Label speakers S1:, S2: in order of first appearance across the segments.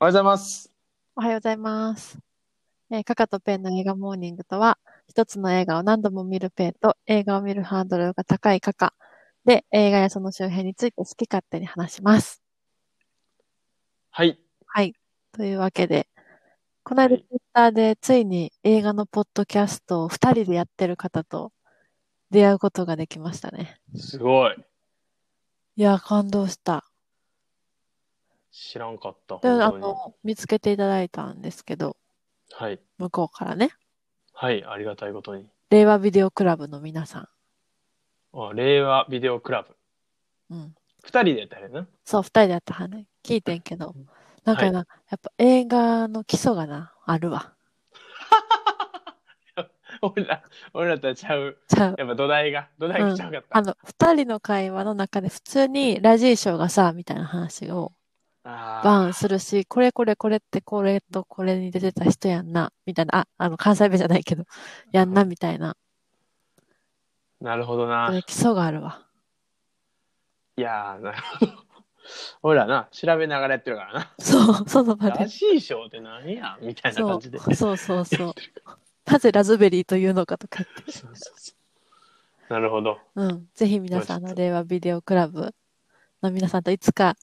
S1: おはようございます。
S2: おはようございます。えー、カカとペンの映画モーニングとは、一つの映画を何度も見るペンと映画を見るハードルが高いカカで映画やその周辺について好き勝手に話します。
S1: はい。
S2: というわけで、この
S1: は
S2: 間ツ
S1: い
S2: イッターでついに映画のポッドキャストを二人でやってる方と出会うことができましたね。
S1: すごい。
S2: いやー、感動した。
S1: 知らんかった。
S2: で、あ
S1: 本当に。
S2: の、見つけていただいたんですけど、
S1: はい。
S2: 向こうからね、
S1: はい。ありがたいことに。
S2: 令和ビデオクラブの皆さ
S1: あ令和ビデオクラブ。
S2: ん。うん。
S1: 二人でやったよね。
S2: そう、二人でやったはね、聞いてんけど
S1: うん、
S2: なんかな、やっぱ映画の基礎がな、あるわ。
S1: 俺ら、俺らとはちゃう。
S2: ちゃう。
S1: やっぱ土台が、土台がちゃうかった。
S2: あの、二人の会話の中で普通にラジーショーがさ、みたいな話を
S1: あ
S2: バーン
S1: ー
S2: するし、これこれこれってこれとこれに出てた人やんな、みたいな、あ、あの、関西弁じゃないけど、やんな、みたいな、
S1: なるほど
S2: こ
S1: な
S2: れ。基礎があるわ。
S1: いやー、なるほど。 俺らな、調べながらやってるから な。
S2: そう、その場
S1: ら
S2: で。
S1: しいショーって何やみたいな
S2: そ
S1: 感
S2: う
S1: じで。、
S2: そうそうそう。なぜラズベリーというのかとかって。
S1: そうそうそうなるほど。
S2: うん。ぜひ皆さん、あ
S1: まあちょっ
S2: の、
S1: と
S2: 令和ビデオクラブの皆さんといつか、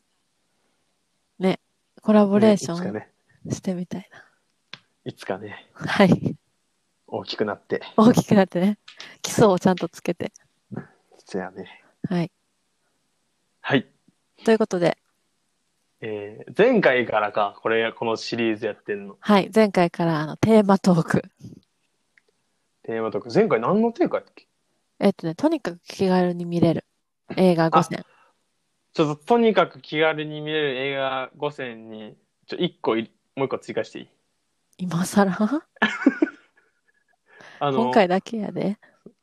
S2: ね、コラボレーシ
S1: いつか
S2: ョ
S1: ね。
S2: ンしてみたいな。
S1: いつかね、
S2: はい。
S1: 大きくなって。
S2: 大きくなってね、基礎をちゃんとつけて。
S1: そやね。
S2: はい。
S1: はい。
S2: ということで、
S1: えー前回からか、これ、このシリーズやってんの。
S2: はい。前回から、あの、テーマトーク。
S1: テーマとか、前回何のテーマやったっけ
S2: えっとね、とにかく気軽に見れる。映画5選。
S1: ちょっと、とにかく気軽に見れる映画5選に、ちょ、1個い、もう1個追加していい
S2: 今更
S1: あの、
S2: 今回だけやで。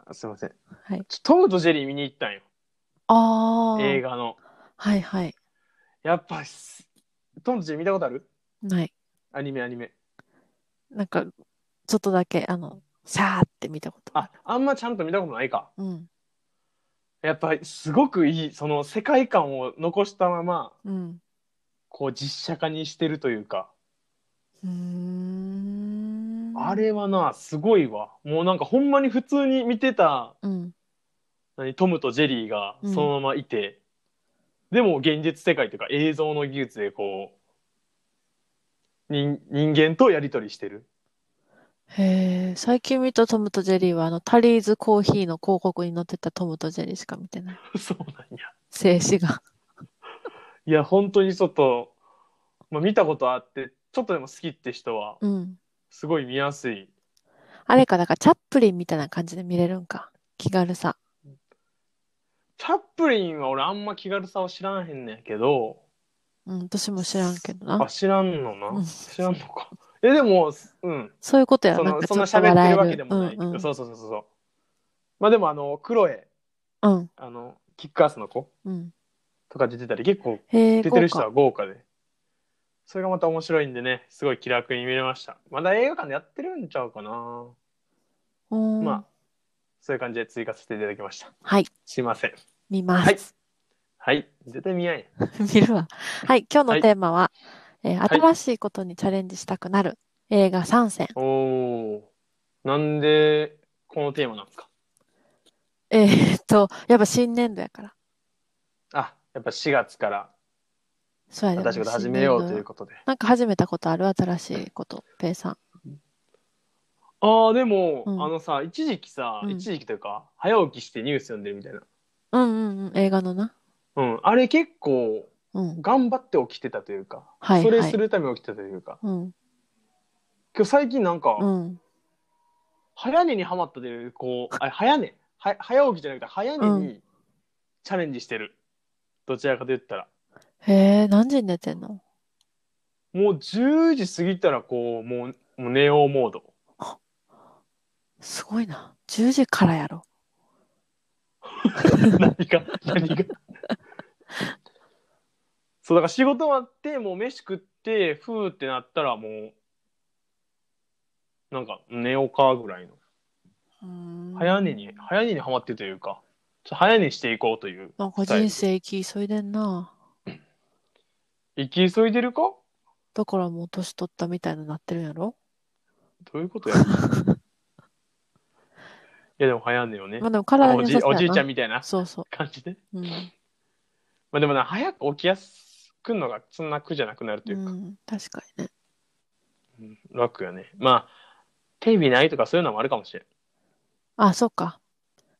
S1: あすいません。
S2: はい。
S1: ちょトムとジェリー見に行ったんよ。
S2: ああ。
S1: 映画の。
S2: はいはい。
S1: やっぱす、トムとジェリー見たことある
S2: ない。
S1: アニメ、アニメ。
S2: なんか、ちょっとだけ、あの、さーって見たこと。
S1: あ、あんまちゃんと見たことないか。
S2: うん。
S1: やっぱ、すごくいい、その、世界観を残したまま、
S2: うん。
S1: こう、実写化にしてるというか。
S2: うーん
S1: あれはな、すごいわ。もうなんかほんまに普通に見てた、
S2: うん。
S1: 何、トムとジェリーが
S2: うん
S1: そのままいて、でも現実世界というか映像の技術でこう、人人間とやりとりして る。
S2: へえ、最近見たトムとジェリーは、あの、タリーズコーヒーの広告に載ってたトムとジェリーしか見てない。
S1: そうなんや。
S2: 静止画。
S1: いや、本当にちょっと、まあ、見たことあって、ちょっとでも好きって人は、
S2: うん。
S1: すごい見やすい。
S2: あれか、だから、チャップリンみたいな感じで見れるんか。気軽さ。
S1: チャップリンは俺あんま気軽さを知らんへんねんけど、
S2: うん、私も知らんけどな
S1: あ、。知らんの
S2: う。
S1: なん知らんのか。え、でも、うん。
S2: そういうことや
S1: そ
S2: ろ。なん
S1: の
S2: か
S1: そ
S2: ち
S1: ん
S2: ょ
S1: な
S2: っと
S1: 喋って
S2: 笑
S1: るわ
S2: え
S1: けで
S2: る。
S1: もないけ
S2: う
S1: ど、
S2: んうん。
S1: そうそうそうそうそうまあでもあのクロエ
S2: うん、
S1: あのキックアスの子
S2: うん。
S1: とか出てたり結構
S2: へえ、
S1: 出てる
S2: 豪
S1: 人
S2: 華
S1: は。豪華でそれがまた面白いんでねすごい気楽に見れましたまだ映画館でやってるんちゃうかな、
S2: うーん。
S1: まあそういう感じで追加させていただきました
S2: はい、
S1: すいません
S2: 見ま
S1: はい
S2: す。
S1: はい絶対見やんや
S2: 見るわ。はい、今日の
S1: はい
S2: テーマは、えー
S1: はい
S2: 新しいことにチャレンジしたくなる映画3選。
S1: おーなんでこのテーマなんですか
S2: えーっと、やっぱ新年度やから。
S1: あやっぱ4月から
S2: そうやで、
S1: 新しい
S2: も
S1: こ
S2: う
S1: と
S2: 新
S1: 始めようと
S2: 年度
S1: い
S2: や
S1: うことで
S2: なんか始めたことある新しいこと、ペイさん。
S1: あーでも、
S2: うん
S1: あのさ一時期さ、
S2: うん
S1: 一時期というか早起きしてニュース読んでるみたいな
S2: うんうんうん、映画のな。
S1: うん、あれ結構
S2: うん、
S1: 頑張って起きてたというか、
S2: はい
S1: それ
S2: はい
S1: するために起きてたというか
S2: うん、
S1: 今日最近なんか、
S2: うん、
S1: 早寝にはまったというこうあ早寝は早起きじゃなくて早寝
S2: う
S1: にチャレンジしてる、どちらかと言ったら
S2: へえ、何時に寝てんの
S1: もう10時過ぎたらこうもうもう寝ようモード
S2: すごいな。10時からやろ。
S1: 何が何がそうだから仕事終わってもう飯食ってふーってなったらもうなんか寝ようかぐらいの
S2: うーん
S1: 早寝に、早寝にはまってというか、ちょっと早寝していこうという。
S2: なんか人生生き急いでんな。
S1: 行き急いでるか
S2: だからもう年取ったみたいになってるんやろ
S1: どういう ことやいやでも流行んねよね
S2: まあ。でも体
S1: お
S2: に
S1: じ
S2: 良さそう
S1: お
S2: や
S1: じ
S2: な
S1: いちゃんみたいな
S2: そうそ
S1: 感じで。
S2: う。うん。
S1: まあでもな、早く起きやすくんのがそんな苦じゃなくなるというか、
S2: うん、確かにね。
S1: うん楽やね。まあ、テレビないとかそういうのもあるかもしれ
S2: あ、そうか。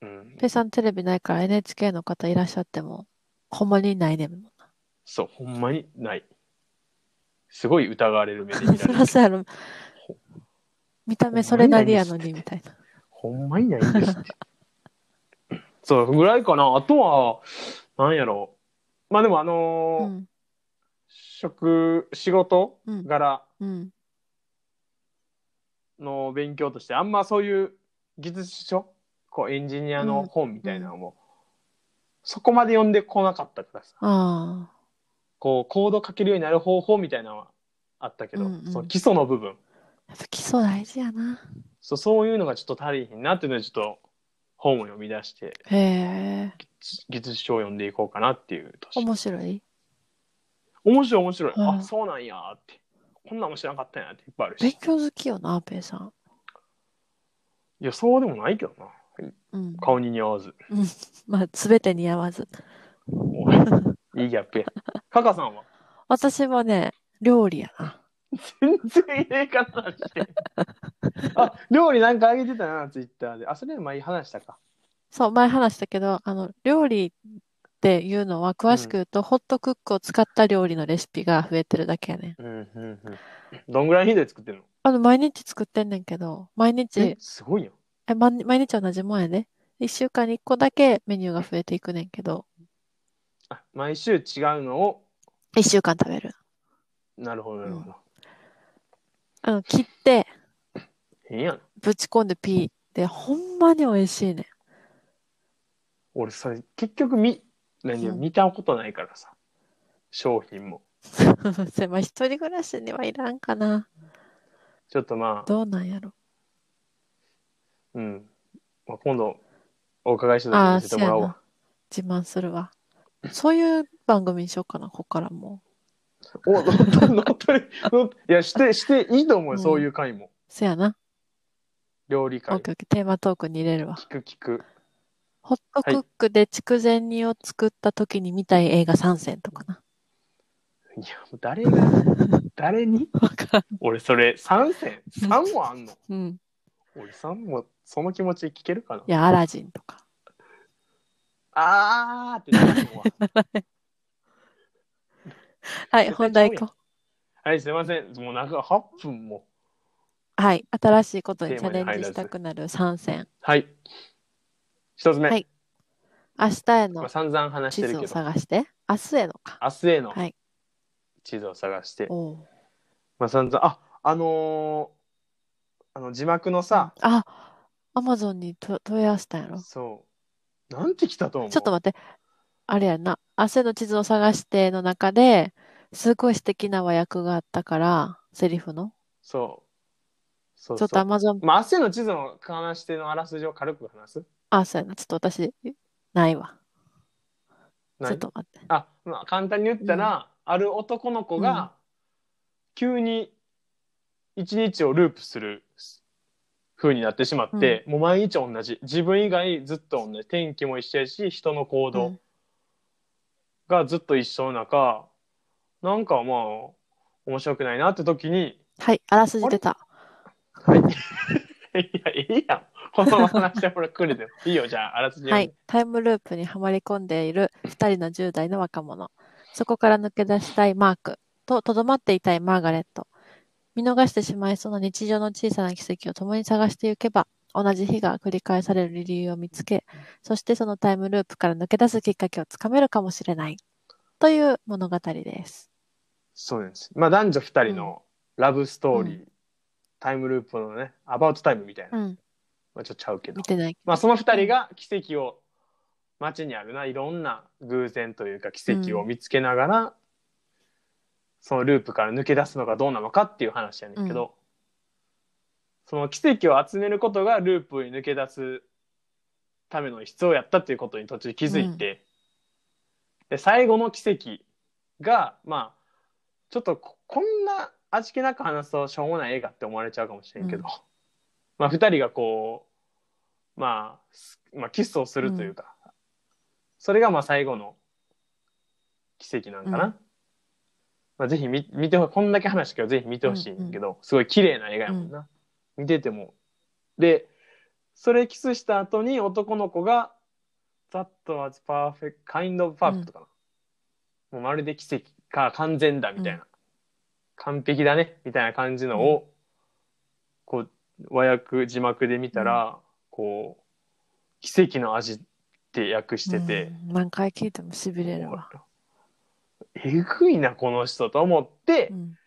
S1: ん。うん、
S2: ペイさんテレビないから NHK の方いらっしゃっても、ほんまにないねんもんな。
S1: そう、ほんまにない。すごい疑われる目で見られ
S2: そ ら
S1: る。
S2: そうやろ。見た目それなりやのに、みたいな。
S1: ほんまにないんですって。そう、ぐらいかな。あとは、なんやろう。まあでもあのー
S2: うん、
S1: 職、仕事
S2: うん、
S1: 柄
S2: うん。
S1: の勉強として、あんまそういう技術書こうエンジニアの本みたいなのも、そこまで読んでこなかったからさ。
S2: ああ、
S1: こう、コード書けるようになる方法みたいなのはあったけど、
S2: うんうん
S1: その基礎の部分。
S2: やっぱ基礎大事やな。
S1: そう、そういうのがちょっと足りひんなっていうので、ちょっと本を読み出して、
S2: へえ、
S1: 技術書を読んでいこうかなっていう年。
S2: 面白い。
S1: 面白い面白い、
S2: うん
S1: あそうなんやーってこんなんも知らなかったんやっていっぱいあるし
S2: 勉強好きよな、ペイさん。
S1: いやそうでもないけどな
S2: うん。
S1: 顔に似合わ ず
S2: まあ、すべてに合わず。
S1: おいいいギャップやカカさんは
S2: 私はね、料理やな。
S1: 全然ええ方してあ料理なんかあげてたなツイッターであそれでも前話したか
S2: そう、前話したけど、あの、料理っていうのは、詳しく言うと、ホットクックを使った料理のレシピが増えてるだけやね
S1: う
S2: ん。
S1: んうんうんどんぐらい頻度で作ってるの
S2: あの、毎日作ってんねんけど、毎日、
S1: すごいよ
S2: え、まん、毎日同じもんやね。一週間に一個だけメニューが増えていくねんけど、
S1: あ毎週違うのを
S2: 一週間食べる。
S1: なるほどなるほど、
S2: あの、切って、
S1: 変やん
S2: ぶち込んでピーって、ほんまに美味しいねん。
S1: 俺それ結局見何よ
S2: うん
S1: 見たことないからさ商品も
S2: せまあ、一人暮らしにはいらんかな。
S1: ちょっとまあ
S2: どうなんやろ。
S1: うん。まあ、今度、お伺いした
S2: ああ、
S1: 時に教えて
S2: そう
S1: も
S2: や
S1: らおう
S2: な
S1: わ。。
S2: 自慢するわ。そういう番組にしようかな、ここからも
S1: お、乗った、乗ったり、乗ったいや、して、していいと思うよ、
S2: うん
S1: そういう回も。
S2: う。せやな。
S1: 料理
S2: オッ
S1: 会。
S2: ケーオッケー。テーマトークに入れるわ。
S1: 聞く聞く。
S2: ホットクックで筑前煮を作った時に見たい映画3選とかな。
S1: いや、もう誰が、誰に
S2: わからん。
S1: 俺、それ、3選 ?3 もあんの
S2: うん。
S1: 俺、3も、その気持ち聞けるかない
S2: や、アラジンとか。
S1: あーってなるのは
S2: はい、本題行こ
S1: はい、すいません。もう、なんか8分も。
S2: う。はい、新しいことに
S1: テー
S2: チ
S1: マ
S2: ャ
S1: に
S2: レ
S1: 入らず
S2: ンジしたくなる3選。
S1: はい。一つ目。
S2: はい明日へ
S1: まあ、
S2: の
S1: 散々話し
S2: 地
S1: てるけ
S2: 図を
S1: ど、明
S2: 探して、明日へのか。
S1: 日への
S2: はい。
S1: 地図を探して、
S2: おう
S1: まあ、散々、あ、あのーあの、字幕のさ、
S2: あ、アマゾンにと問い合わせたんやろ。
S1: そう。なんて来たと思う
S2: ちょっと待って。あれやな。明日への地図を探しての中で、すごい素敵な和訳があったから、セリフの。
S1: そう。そう
S2: ちょ
S1: そう
S2: っとアマゾン、
S1: まあ、汗の地図の話してのあらすじを軽く話す
S2: あ、そうやな。ちょっと私、ないわ。ち
S1: な
S2: ょ
S1: い
S2: っと待って。
S1: あ、まあ、簡単に言ったら、ある男の子
S2: うん
S1: が、急に一日をループする風になってしまって、もう毎日同じ。自分以外ずっと同じ。天気も一緒やし、人の行
S2: う
S1: 動
S2: ん
S1: がずっと一緒の中、なんかまあ、面白くないなって時に、
S2: はい、あらすじ出た。
S1: いや、いいやん。このまま話してもらくれ ても。いいよ、じゃあ、あらすじ読んで
S2: はい。タイムループにはまり込んでいる2人の10代の若者。そこから抜け出したいマークと、とどまっていたいマーガレット。見逃してしまいそうな日常の小さな奇跡を共に探していけば、同じ日が繰り返される理由を見つけ、そしてそのタイムループから抜け出すきっかけをつかめるかもしれない。という物語です。
S1: そうなんです。まあ男女二人のラブストーリー、タイムループのね、アバウトタイムみたいな、
S2: うん。
S1: まあちょっとちゃうけど
S2: 見、てない。
S1: まあその二人が奇跡を、街にあるないろんな偶然というか奇跡を見つけながら、そのループから抜け出すのがどうなのかっていう話やねんけど、その奇跡を集めることがループに抜け出すための必要やったっていうことに途中気づいて、で最後の奇跡がまあちょっとここんな味気なく話すとしょうもない映画って思われちゃうかもしれんけど、まあ2人がこう、まあ、すまあキスをするというか、それがまあ最後の奇跡なんかな。
S2: うん
S1: まあ、ぜひ見見てほこんだけ話したけどぜひ見てほしいんだけど、すごい綺麗な映画やもんな、見ててもでそれキスした後に男の子が「That was perfect kind of perfect」かな、もうまるで奇跡か完全だみたいな、完璧だねみたいな感じのを、こう和訳字幕で見たら、こう「奇跡の味」って訳してて、
S2: うん何回聞いてもしびれるわ。
S1: えぐいなこの人と思って、
S2: うん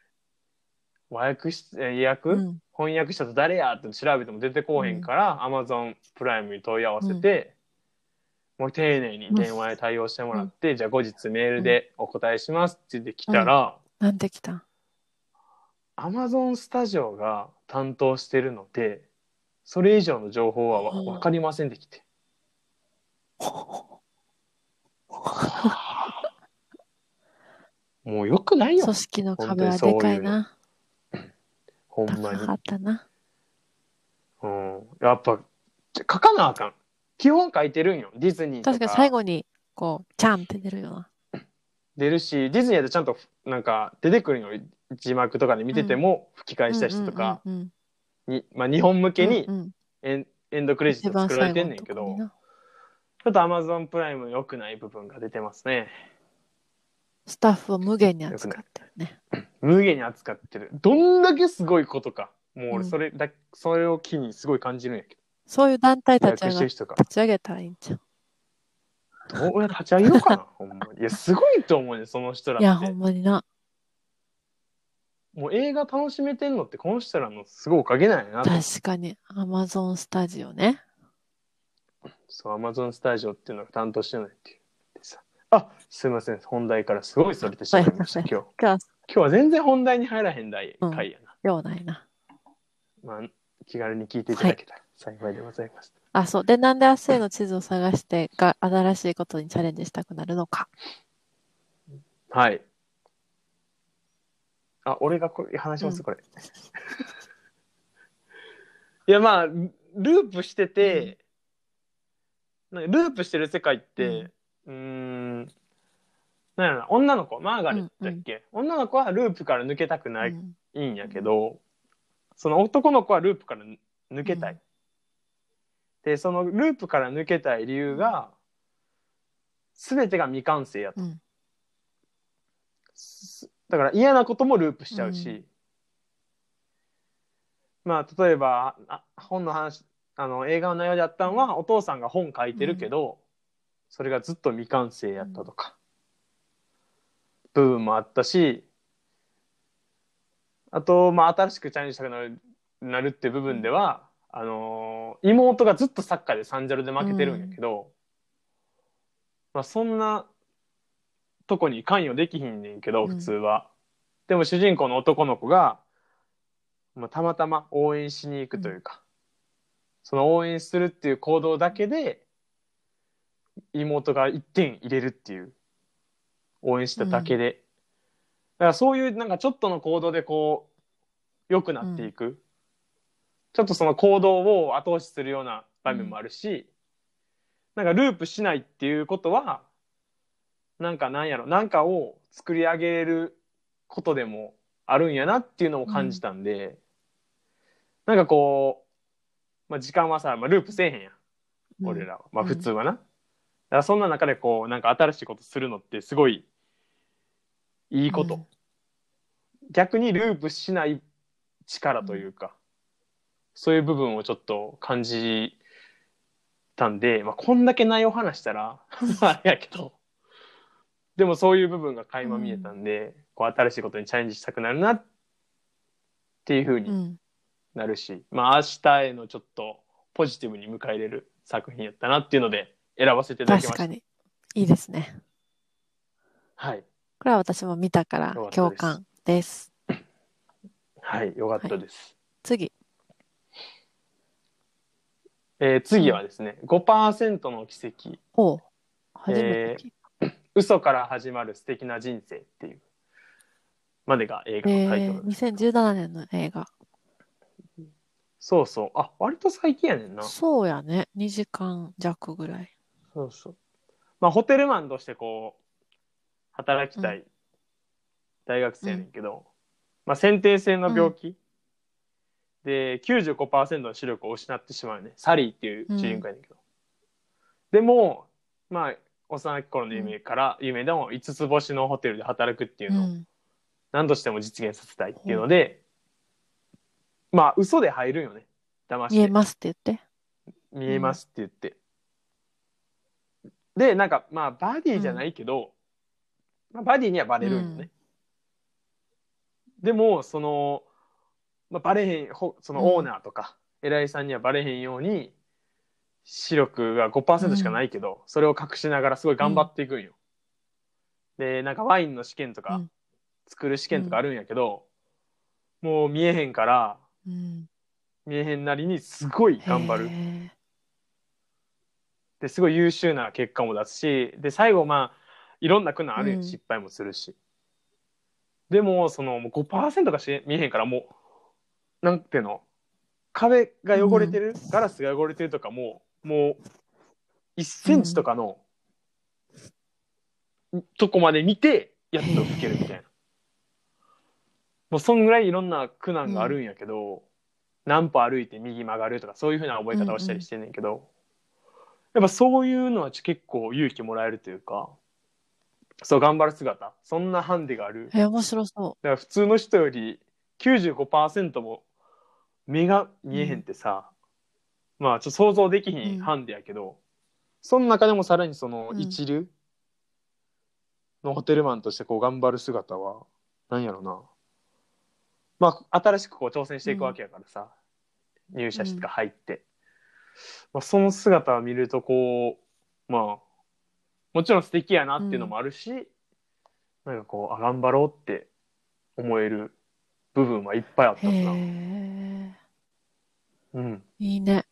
S1: 和訳しえ訳、
S2: うん
S1: 翻訳者と誰やって調べても出てこうへんから、Amazon プライムに問い合わせて、もう丁寧に電話で対応してもらって、じゃあ後日メールでお答えしますって言ってきたら、
S2: なんできたん
S1: Amazon スタジオが担当してるのでそれ以上の情報はわ
S2: うん
S1: 分かりませんできて。もうよくないよ
S2: 組織の壁はでかいな。
S1: ほんまに
S2: 高かったな。
S1: うん、やっぱ書かなあかん基本書いてるんよディズニーと
S2: 確かに最後に、こう、ちゃんって出るよな。
S1: 出るしディズニーやとちゃんとなんか出てくるのよ字幕とかで見てても吹き替えした人とか、
S2: うんうんうん
S1: にまあ、日本向けに
S2: うんうん
S1: エンエンドクレジ
S2: 一
S1: ット
S2: 番
S1: 作ら
S2: 最
S1: れて
S2: 後の
S1: んねんけ
S2: とこ
S1: ど
S2: にな
S1: ちょっと Amazon プライム良くない部分が出てますね
S2: スタッフを無限に扱ってるね。
S1: 無限に扱ってるどんだけすごいことかもう
S2: うん
S1: 俺それだ、それを機にすごい感じるんやけ
S2: そういう団体
S1: ど
S2: 立
S1: 予
S2: ち上
S1: 約し
S2: が
S1: てる
S2: 立
S1: 人が
S2: ち上げたらいいんちゃ
S1: どうやって立ち上げようかなほんまにいやすごいと思うねんその人ら
S2: う
S1: っ
S2: い
S1: て
S2: や、ほんまにな。
S1: もう映画楽しめてんのってこの人らのすごいおかげなんやなと
S2: 確かに、アマゾンスタジオね。
S1: そう、アマゾンスタジオっていうのが担当してないっていう。でさあすいません、本題からすごいそれてしまいました、
S2: は
S1: 今
S2: い
S1: 日。今
S2: 今日
S1: 日は全然本題に入らへん回
S2: うん
S1: 回やな。
S2: は、ようないな。
S1: まあ、気軽に聞いていただけたら幸いでございます。
S2: あ、そう。で、なんで明日への地図を探してが、新しいことにチャレンジしたくなるのか。
S1: はい。あ、俺がこれ話します、これ。いや、まあ、ルループしてて、なんかループしてる世界って、うーん、なんやろな、女の子、マーガレットだっけ、女の子はループから抜けたくない
S2: うん
S1: いいんやけど、その男の子はループからぬ抜けたい、
S2: うん
S1: でそのループから抜けたい理由が全てが未完成やと、
S2: うん
S1: すだから嫌なこともループしちゃうし、
S2: う
S1: まあ例えばあ本の話あの映画の内容であったのはお父さんが本書いてるけど、それがずっと未完成やったとか、部分もあったしあと、まあ、新しくチャレンジしたくなるなるって部分では、あのー妹がずっとサッカーでサンジャルで負けてるんやけど、まあ、そんなとこに関与できひんねんけど
S2: うん
S1: 普通は、でも主人公の男の子が、まあ、たまたま応援しに行くというか、その応援するっていう行動だけで妹が1点入れるっていう応援しただけで、だからそういうなんかちょっとの行動でこう良くなっていく、ちょっとその行動を後押しするような場面もあるし、なんかループしないっていうことはなんかなんやろなんかを作り上げることでもあるんやなっていうのも感じたんで、なんかこう、まあ、時間はさ、まあ、ループせえへんやん
S2: うん
S1: 俺らは、まあ
S2: うん
S1: 普通はな、だからそんな中でこうなんか新しいことするのってすごいいいこと、
S2: うん
S1: 逆にループしない力というか、そういう部分をちょっと感じたんで、まあ、こんだけ内容話した らあれやけどでもそういう部分が垣間見えたんで、こう新しいことにチャレンジしたくなるなっていうふうに
S2: うん。
S1: なるし、まあ明日へのちょっとポジティブに迎え入れる作品やったなっていうので選ばせていただき
S2: 確
S1: ました。
S2: かに。いいですね。
S1: はい。
S2: これは私も見たから
S1: よかったです
S2: 共感です。
S1: はい、よかったです。
S2: 次。
S1: えー次はですね、5%の奇跡、
S2: おう。初めて聞いた。
S1: 嘘から始まる素敵な人生っていう。までが映画のタイ
S2: え
S1: トル
S2: ー、。2017年の映画。
S1: そうそう。あ、割と最近やねんな。そ
S2: そうやね。2時間弱ぐらい。
S1: うそう。まあ、ホテルマンとしてこう、働きたい大学生やねんけど、まあ、先天性の病気、で、95%の視力を失ってしまうね。サリーっていう主人公やねんけど。でも、まあ、幼き頃の夢から、夢でも5つ星のホテルで働くっていう
S2: う
S1: のを
S2: ん。
S1: 何としても実現させたいっていうので、まあ嘘で入るんよね騙して
S2: 言えますって言って。
S1: 見えますって言って、でなんかまあバディじゃないけど、まあ、バディにはバレるんよね、でもその、まあ、バレへんほそのオーナーとか、偉いさんにはバレへんように視力が5%しかないけど、それを隠しながらすごい頑張っていくんよ、でなんかワインの試験とか、
S2: うん
S1: 作る試験とかあるんやけど、もう見えへんから
S2: うん。
S1: 見えへんなりにすごい頑張る
S2: へ
S1: ですごい優秀な結果も出すしで最後まあいろんな苦難あるやん
S2: うん
S1: 失敗もするし、でもそのもう5%がし見えへんからもうなんていうの壁が汚れてる、ガラスが汚れてるとかももう1センチとかの、とこまで見てやっと受けるみたいなもうそんぐらいいろんな苦難があるんやけど、何歩歩いて右曲がるとかそういうふうな覚え方をしたりしてんねんけど、やっぱそういうのは結構勇気もらえるというかそう頑張る姿そんなハンデがあるだ
S2: え。え、面白そ
S1: から普通の人より95%も目が見えへんってさ、まあちょっと想像できひ
S2: う
S1: ん
S2: ん
S1: ハンデやけど、その中でもさらにその
S2: うん
S1: 一流のホテルマンとしてこう頑張る姿はなんやろなまあ新しくこう挑戦していくわけやからさ、入社室が入って、まあ、その姿を見るとこうまあもちろん素敵やなっていうのもあるし、なんかこうあ頑張ろうって思える部分はいっぱいあっ
S2: う。
S1: た
S2: へ
S1: な、
S2: え。
S1: うん、
S2: いいね。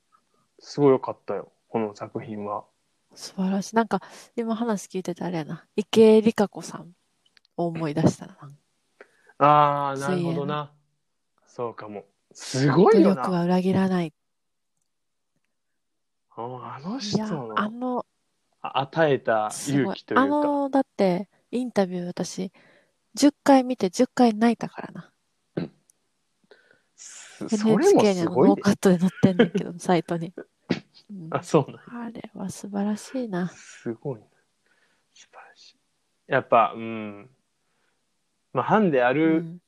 S1: すごい良かったよこの作品は。
S2: 素晴らしい。なんか、今話聞いててあれやな。池江璃花子さんを思い出したな。
S1: ああなるほどなそうかもすごいよ
S2: 努力
S1: な
S2: は裏切らない。
S1: あの
S2: い
S1: 人
S2: や、
S1: の
S2: あの、
S1: あ与えた
S2: す
S1: 勇
S2: ごい
S1: 気。という
S2: あ
S1: か
S2: の、だって、インタビュー私、10回見て10回泣いたからな。
S1: そそれも
S2: NHK にあ
S1: す
S2: の
S1: ごい
S2: ノー
S1: ね
S2: カットで載ってんだけど、サイトに。うん
S1: あそうなん
S2: あれは素晴らしいな。
S1: すごいな。素晴らしい。やっぱ、うん。まあ、ハンであ
S2: う
S1: る
S2: ん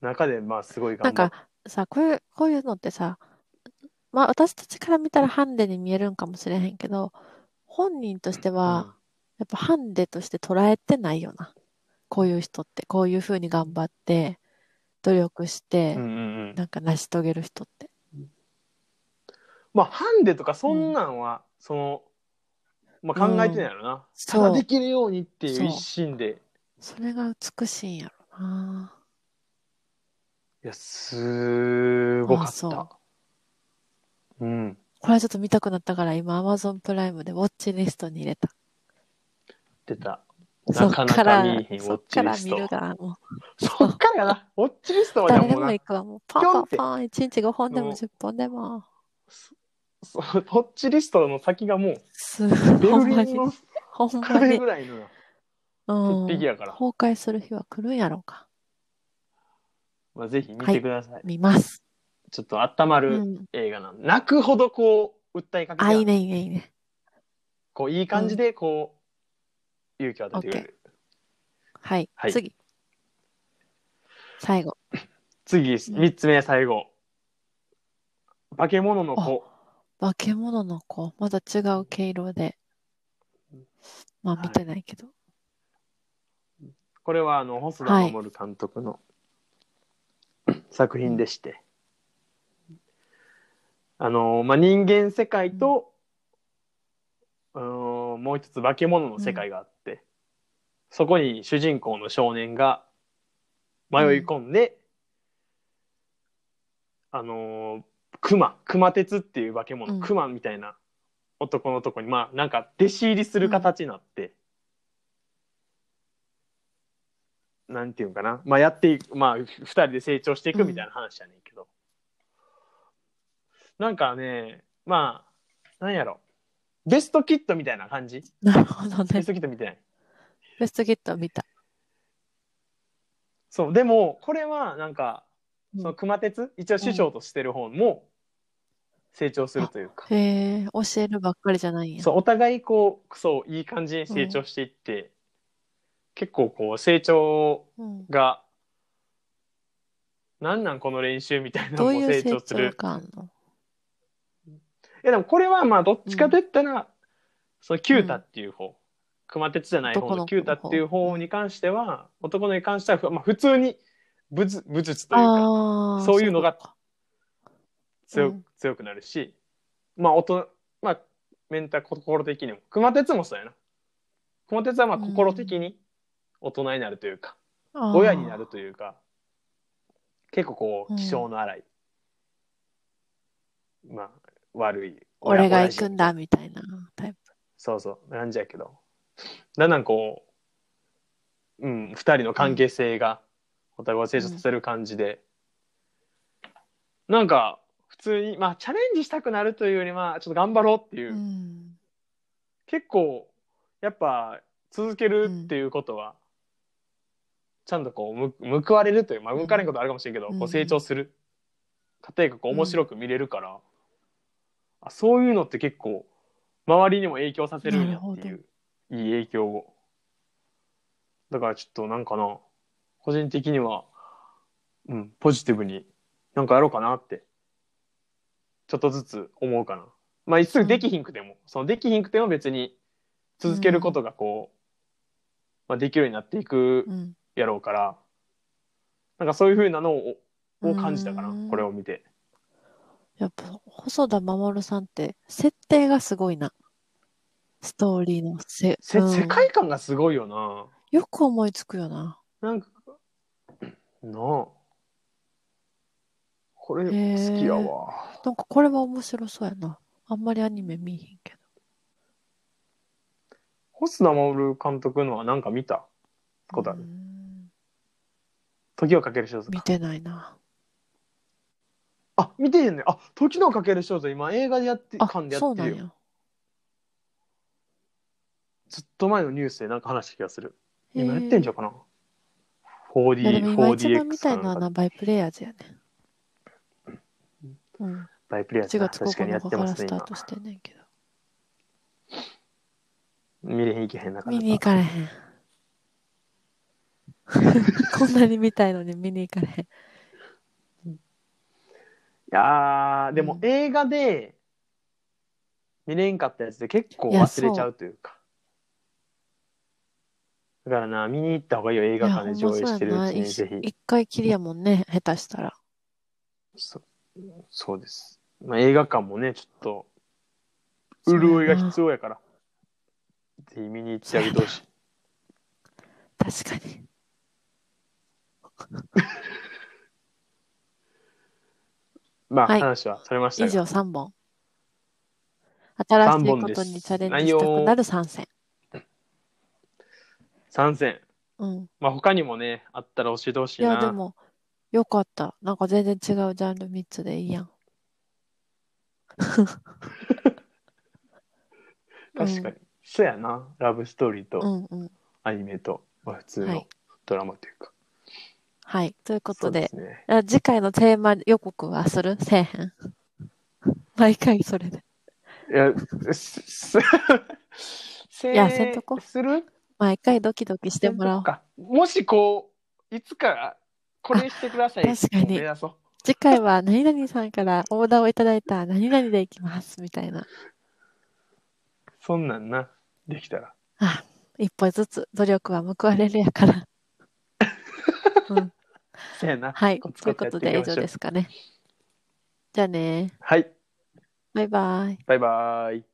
S1: 中で、まあ、すごい
S2: な
S1: 頑
S2: ん
S1: 張っ
S2: かさ、こういう、こういうのってさ、まあ私たちから見たらハンデに見えるんかもしれへんけど、本人としては、やっぱハンデとして捉えてないよな。こういう人って、こういうふうに頑張って、努力し
S1: う
S2: て
S1: ん、うんうんうん。
S2: なんか成し遂げる人って。
S1: まあ、ハンデとか、そんなんは、その、まあ、考えてないやろな。
S2: そ
S1: た
S2: う
S1: だできるようにってい
S2: そう
S1: う一心で。
S2: それが美しいんやろな。
S1: いや、すごか
S2: あ
S1: っ
S2: そう
S1: た。うん。
S2: これちょっと見たくなったから、今 Amazon プライムでウォッチリストに入れた。
S1: 出た。
S2: そ
S1: な
S2: っ
S1: かな
S2: か、
S1: から見えへん、ウォ
S2: そ
S1: ッ
S2: っ
S1: チ
S2: か
S1: リ
S2: ら
S1: ス
S2: 見る
S1: ト。
S2: が、も
S1: そっからやな。ウォッチリスト
S2: う、
S1: はじゃあ
S2: 誰で
S1: もう
S2: も
S1: な
S2: 行、くわ、もう、パン
S1: ぴ
S2: パ
S1: ょん
S2: ン
S1: って
S2: パン、1日5本でも
S1: もう
S2: 10本でも、
S1: そうウォッチリストの先がもう、
S2: す
S1: ベ
S2: ほん
S1: ル
S2: ま
S1: リン
S2: に、
S1: の
S2: ほんま
S1: 壁
S2: に
S1: ぐ、らいのな。
S2: うん、
S1: 鉄壁やから
S2: 崩壊する日は来るんやろうか。
S1: まあ、ぜひ見てください。
S2: 見ます。
S1: ちょっと温ま
S2: う
S1: る
S2: ん。
S1: 映画なんで、泣くほどこう、訴えかけ
S2: あ、
S1: て
S2: いいね、いいね、いいね。
S1: こう、いい感じで、こう、勇気を与えてくれる。
S2: はい、
S1: はい
S2: 次。最後。
S1: 次、三つ目、最後。化け物の子。
S2: 化け物の子。まだ違う毛色で。まあ
S1: はい
S2: 見てないけど。
S1: これは、あの、細田守監督の作品でして。あの、まあ、人間世界と、うーんもう一つ化け物の世界があって、そこに主人公の少年が迷い込んで、あのー、熊、熊鉄っていう化け物、
S2: うん
S1: 熊みたいな男のとこに、まあ、なんか弟子入りする形になって、なんていうんかな、まあ、やっていく、まあ、二人で成長していくみたいな話やねんけど、なんかね、まあ、なんやろ、ベストキットみたいな感じ
S2: なるほど
S1: ベ
S2: ね
S1: ス。トキットみたいな。
S2: ベストキットを見た。
S1: そう、でも、これはなんか、
S2: うん
S1: その熊鉄、一応師匠としてる方も成長するというか、
S2: へえ、教えるばっかりじゃないんや。
S1: そう、お互いこう、そう、いい感じに成長していって、結構こう、成長
S2: うん。
S1: が、なんなんこの練習みたいなの
S2: ど
S1: も
S2: ういう
S1: 成
S2: 成
S1: 長する
S2: 長。感の
S1: いやでもこれはまあどっちかといったら、そのキュータっていう方、熊鉄じゃない方
S2: 男の子
S1: のキュータっていう方に関しては、男の子に関しては、まあ普通に武術武術というか
S2: ああ、
S1: そういうのが
S2: そか
S1: 強,、
S2: うん
S1: 強くなるし、まあ大人、まあメンタル心的にも。熊鉄もそうやな。熊鉄はまあ心的に大人になるというか、
S2: あー
S1: 親になるというか、結構こう、気性の荒い、まあ悪い親。
S2: 俺が
S1: 親
S2: 行
S1: 父
S2: くんだみたいなタイプ。
S1: そうそう、なんじゃけど。だんだんこう、うん、二人の関係性がお互いを成長させる感じで、なんか、普通に、まあ、チャレンジしたくなるというよりは、ちょっと頑張ろうっていう、
S2: うん。
S1: 結構、やっぱ、続けるっていうことは、ちゃんとこうむ、報われるという、まあ、
S2: う
S1: 報
S2: ん
S1: われんことあるかもしれんけど、
S2: うん
S1: こう成長する過程がこう面白く見れるから、あそういうのって結構、周りにも影響させるんやって
S2: ないる
S1: う、いい影響を。だからちょっとなんかな、個人的には、うん、ポジティブになんかやろうかなって、ちょっとずつ思うかな。まあ、すぐできひんくても、そのできひんくても別に続けることがこう、まあ、できるようになっていく
S2: うん。
S1: やろうから、なんかそういうふうなのをを感じたかな、
S2: うん
S1: これを見て。
S2: やっぱ、細田守さんって、設定がすごいな。ストーリーのせ、
S1: せ
S2: うん
S1: 世界観がすごいよな。
S2: よく思いつくよな。
S1: なんか、なあ。これ
S2: へえ
S1: 好きやわ。
S2: なんかこれは面白そうやな。あんまりアニメ見えへんけど。
S1: 細田守監督のはなんか見たことある。
S2: うん
S1: 時をかける少女
S2: 見
S1: か。
S2: てないな。
S1: あ、見てへんね。あ、時のかける少女今映画でやって、
S2: あ、
S1: 間でや
S2: そう
S1: って
S2: な
S1: る
S2: ん
S1: よ。
S2: や。
S1: ずっと前のニュースでなんか話した気がする。今やってんじ
S2: ゃ
S1: ゃうかな。
S2: ん。いやで
S1: 4D、
S2: も今一番
S1: 4DX
S2: 見たいの
S1: か
S2: は
S1: な
S2: な、
S1: んか
S2: バイプレイヤーズやね。うん。
S1: バイプレイヤーズ
S2: 1
S1: な
S2: 月
S1: 確かにや
S2: 9
S1: っ
S2: 日
S1: て
S2: か
S1: ま
S2: ら
S1: す
S2: ス
S1: ね、
S2: ター
S1: 今
S2: ト。してんねんけど。
S1: 見れへんいけへんなかな
S2: 見
S1: か
S2: に行かれへん。こんなに見たいのに見に行かれへん。
S1: いやーでも
S2: うん
S1: 映画で見れんかったやつで結構
S2: いや
S1: 忘れちゃうというか。だからな、見に行った方がいいよ、映画館で上映してるうちにぜ
S2: いやほんまそうやな
S1: ひ。
S2: 一回きりやもんね、下手したら。
S1: そそうです。まあ、映画館もね、ちょっと、潤いが必要やから、ぜひ見に行ってあげてほしい。
S2: 確かに。
S1: まあ、
S2: はい
S1: 話はそれました
S2: 以
S1: が。
S2: 上3本。新し
S1: 三
S2: い
S1: 本
S2: こ
S1: です
S2: とにチャレンジしたくなる参戦。
S1: 参戦。
S2: うん。
S1: まあ、他にもね、あったら教えてほしい
S2: い
S1: な。
S2: や、でも、よかった。なんか全然違うジャンル3つでいいやん。
S1: 確かに。そうやな、ラブストーリーと。
S2: うんうん。
S1: アニメと、まあ、普通
S2: は
S1: の
S2: い
S1: ドラマというか。
S2: はい。というこ
S1: そ
S2: と
S1: うで
S2: で、
S1: すね。
S2: あ次回のテーマ予告はするせえへん。 毎回それで。
S1: いや、す、すせ
S2: いやせんとこ
S1: する
S2: 毎回ドキドキしてもらおう。
S1: せんとこかもしこう、いつか、これしてください。
S2: あ確かに
S1: 目指そう。
S2: 次回は何々さんからオーダーをいただいた何々でいきます。みたいな。
S1: そんなんな、できたら。
S2: あ、一歩ずつ努力は報われるやから。うん、
S1: せやな。
S2: はい。
S1: コツ
S2: とい
S1: コ
S2: う
S1: ツ
S2: こ
S1: やって
S2: と
S1: いきましょう
S2: で以上ですかね。じゃあね。
S1: はい。
S2: バイバイ。
S1: バイバイ。